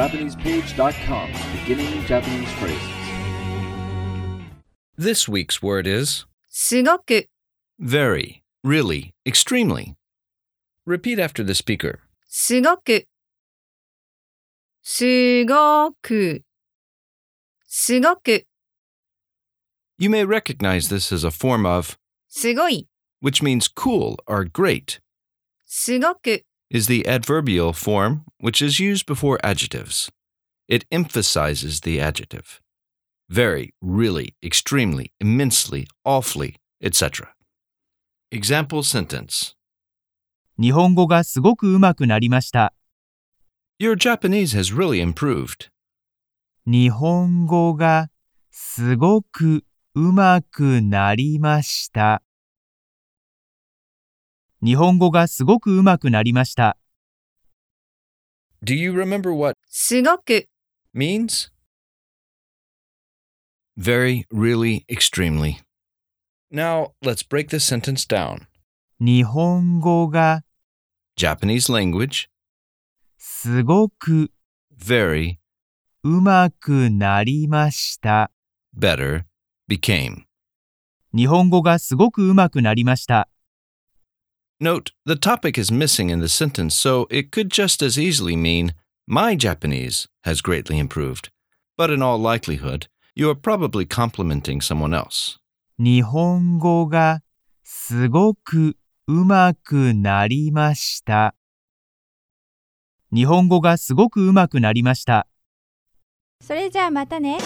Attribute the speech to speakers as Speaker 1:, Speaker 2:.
Speaker 1: JapanesePage.com, beginning Japanese phrases.
Speaker 2: This week's word is
Speaker 3: すごく、
Speaker 4: Very, really, extremely.
Speaker 2: repeat after the speaker.
Speaker 3: すごく。すごく、すごく、
Speaker 4: You may recognize this as a form of,
Speaker 3: すごい、
Speaker 4: which means cool or great,
Speaker 3: すごく、
Speaker 4: is the adverbial form which is used before adjectives. It emphasizes the adjective. Very, really, extremely, immensely, awfully, etc. Example sentence
Speaker 5: 日本語がすごく上手くなりました。
Speaker 4: Your Japanese has really improved.
Speaker 5: 日本語がすごく上手くなりました。日本語がすごく上手くなりました。
Speaker 2: Do you remember what
Speaker 3: すごく、
Speaker 2: means?
Speaker 4: Very, really, extremely.
Speaker 2: Now, let's break this sentence down.
Speaker 5: 日本語が
Speaker 4: Japanese language,
Speaker 5: すごく
Speaker 4: very,
Speaker 5: 上手くなりました。
Speaker 4: better, became.
Speaker 5: 日本語がすごく上手くなりました。
Speaker 4: Note, the topic is missing in the sentence, so it could just as easily mean, My Japanese has greatly improved. But in all likelihood, you are probably complimenting someone else.
Speaker 5: 日本語がすごく上手くなりました。日本語がすごく上手くなりました。
Speaker 6: それじゃあまたね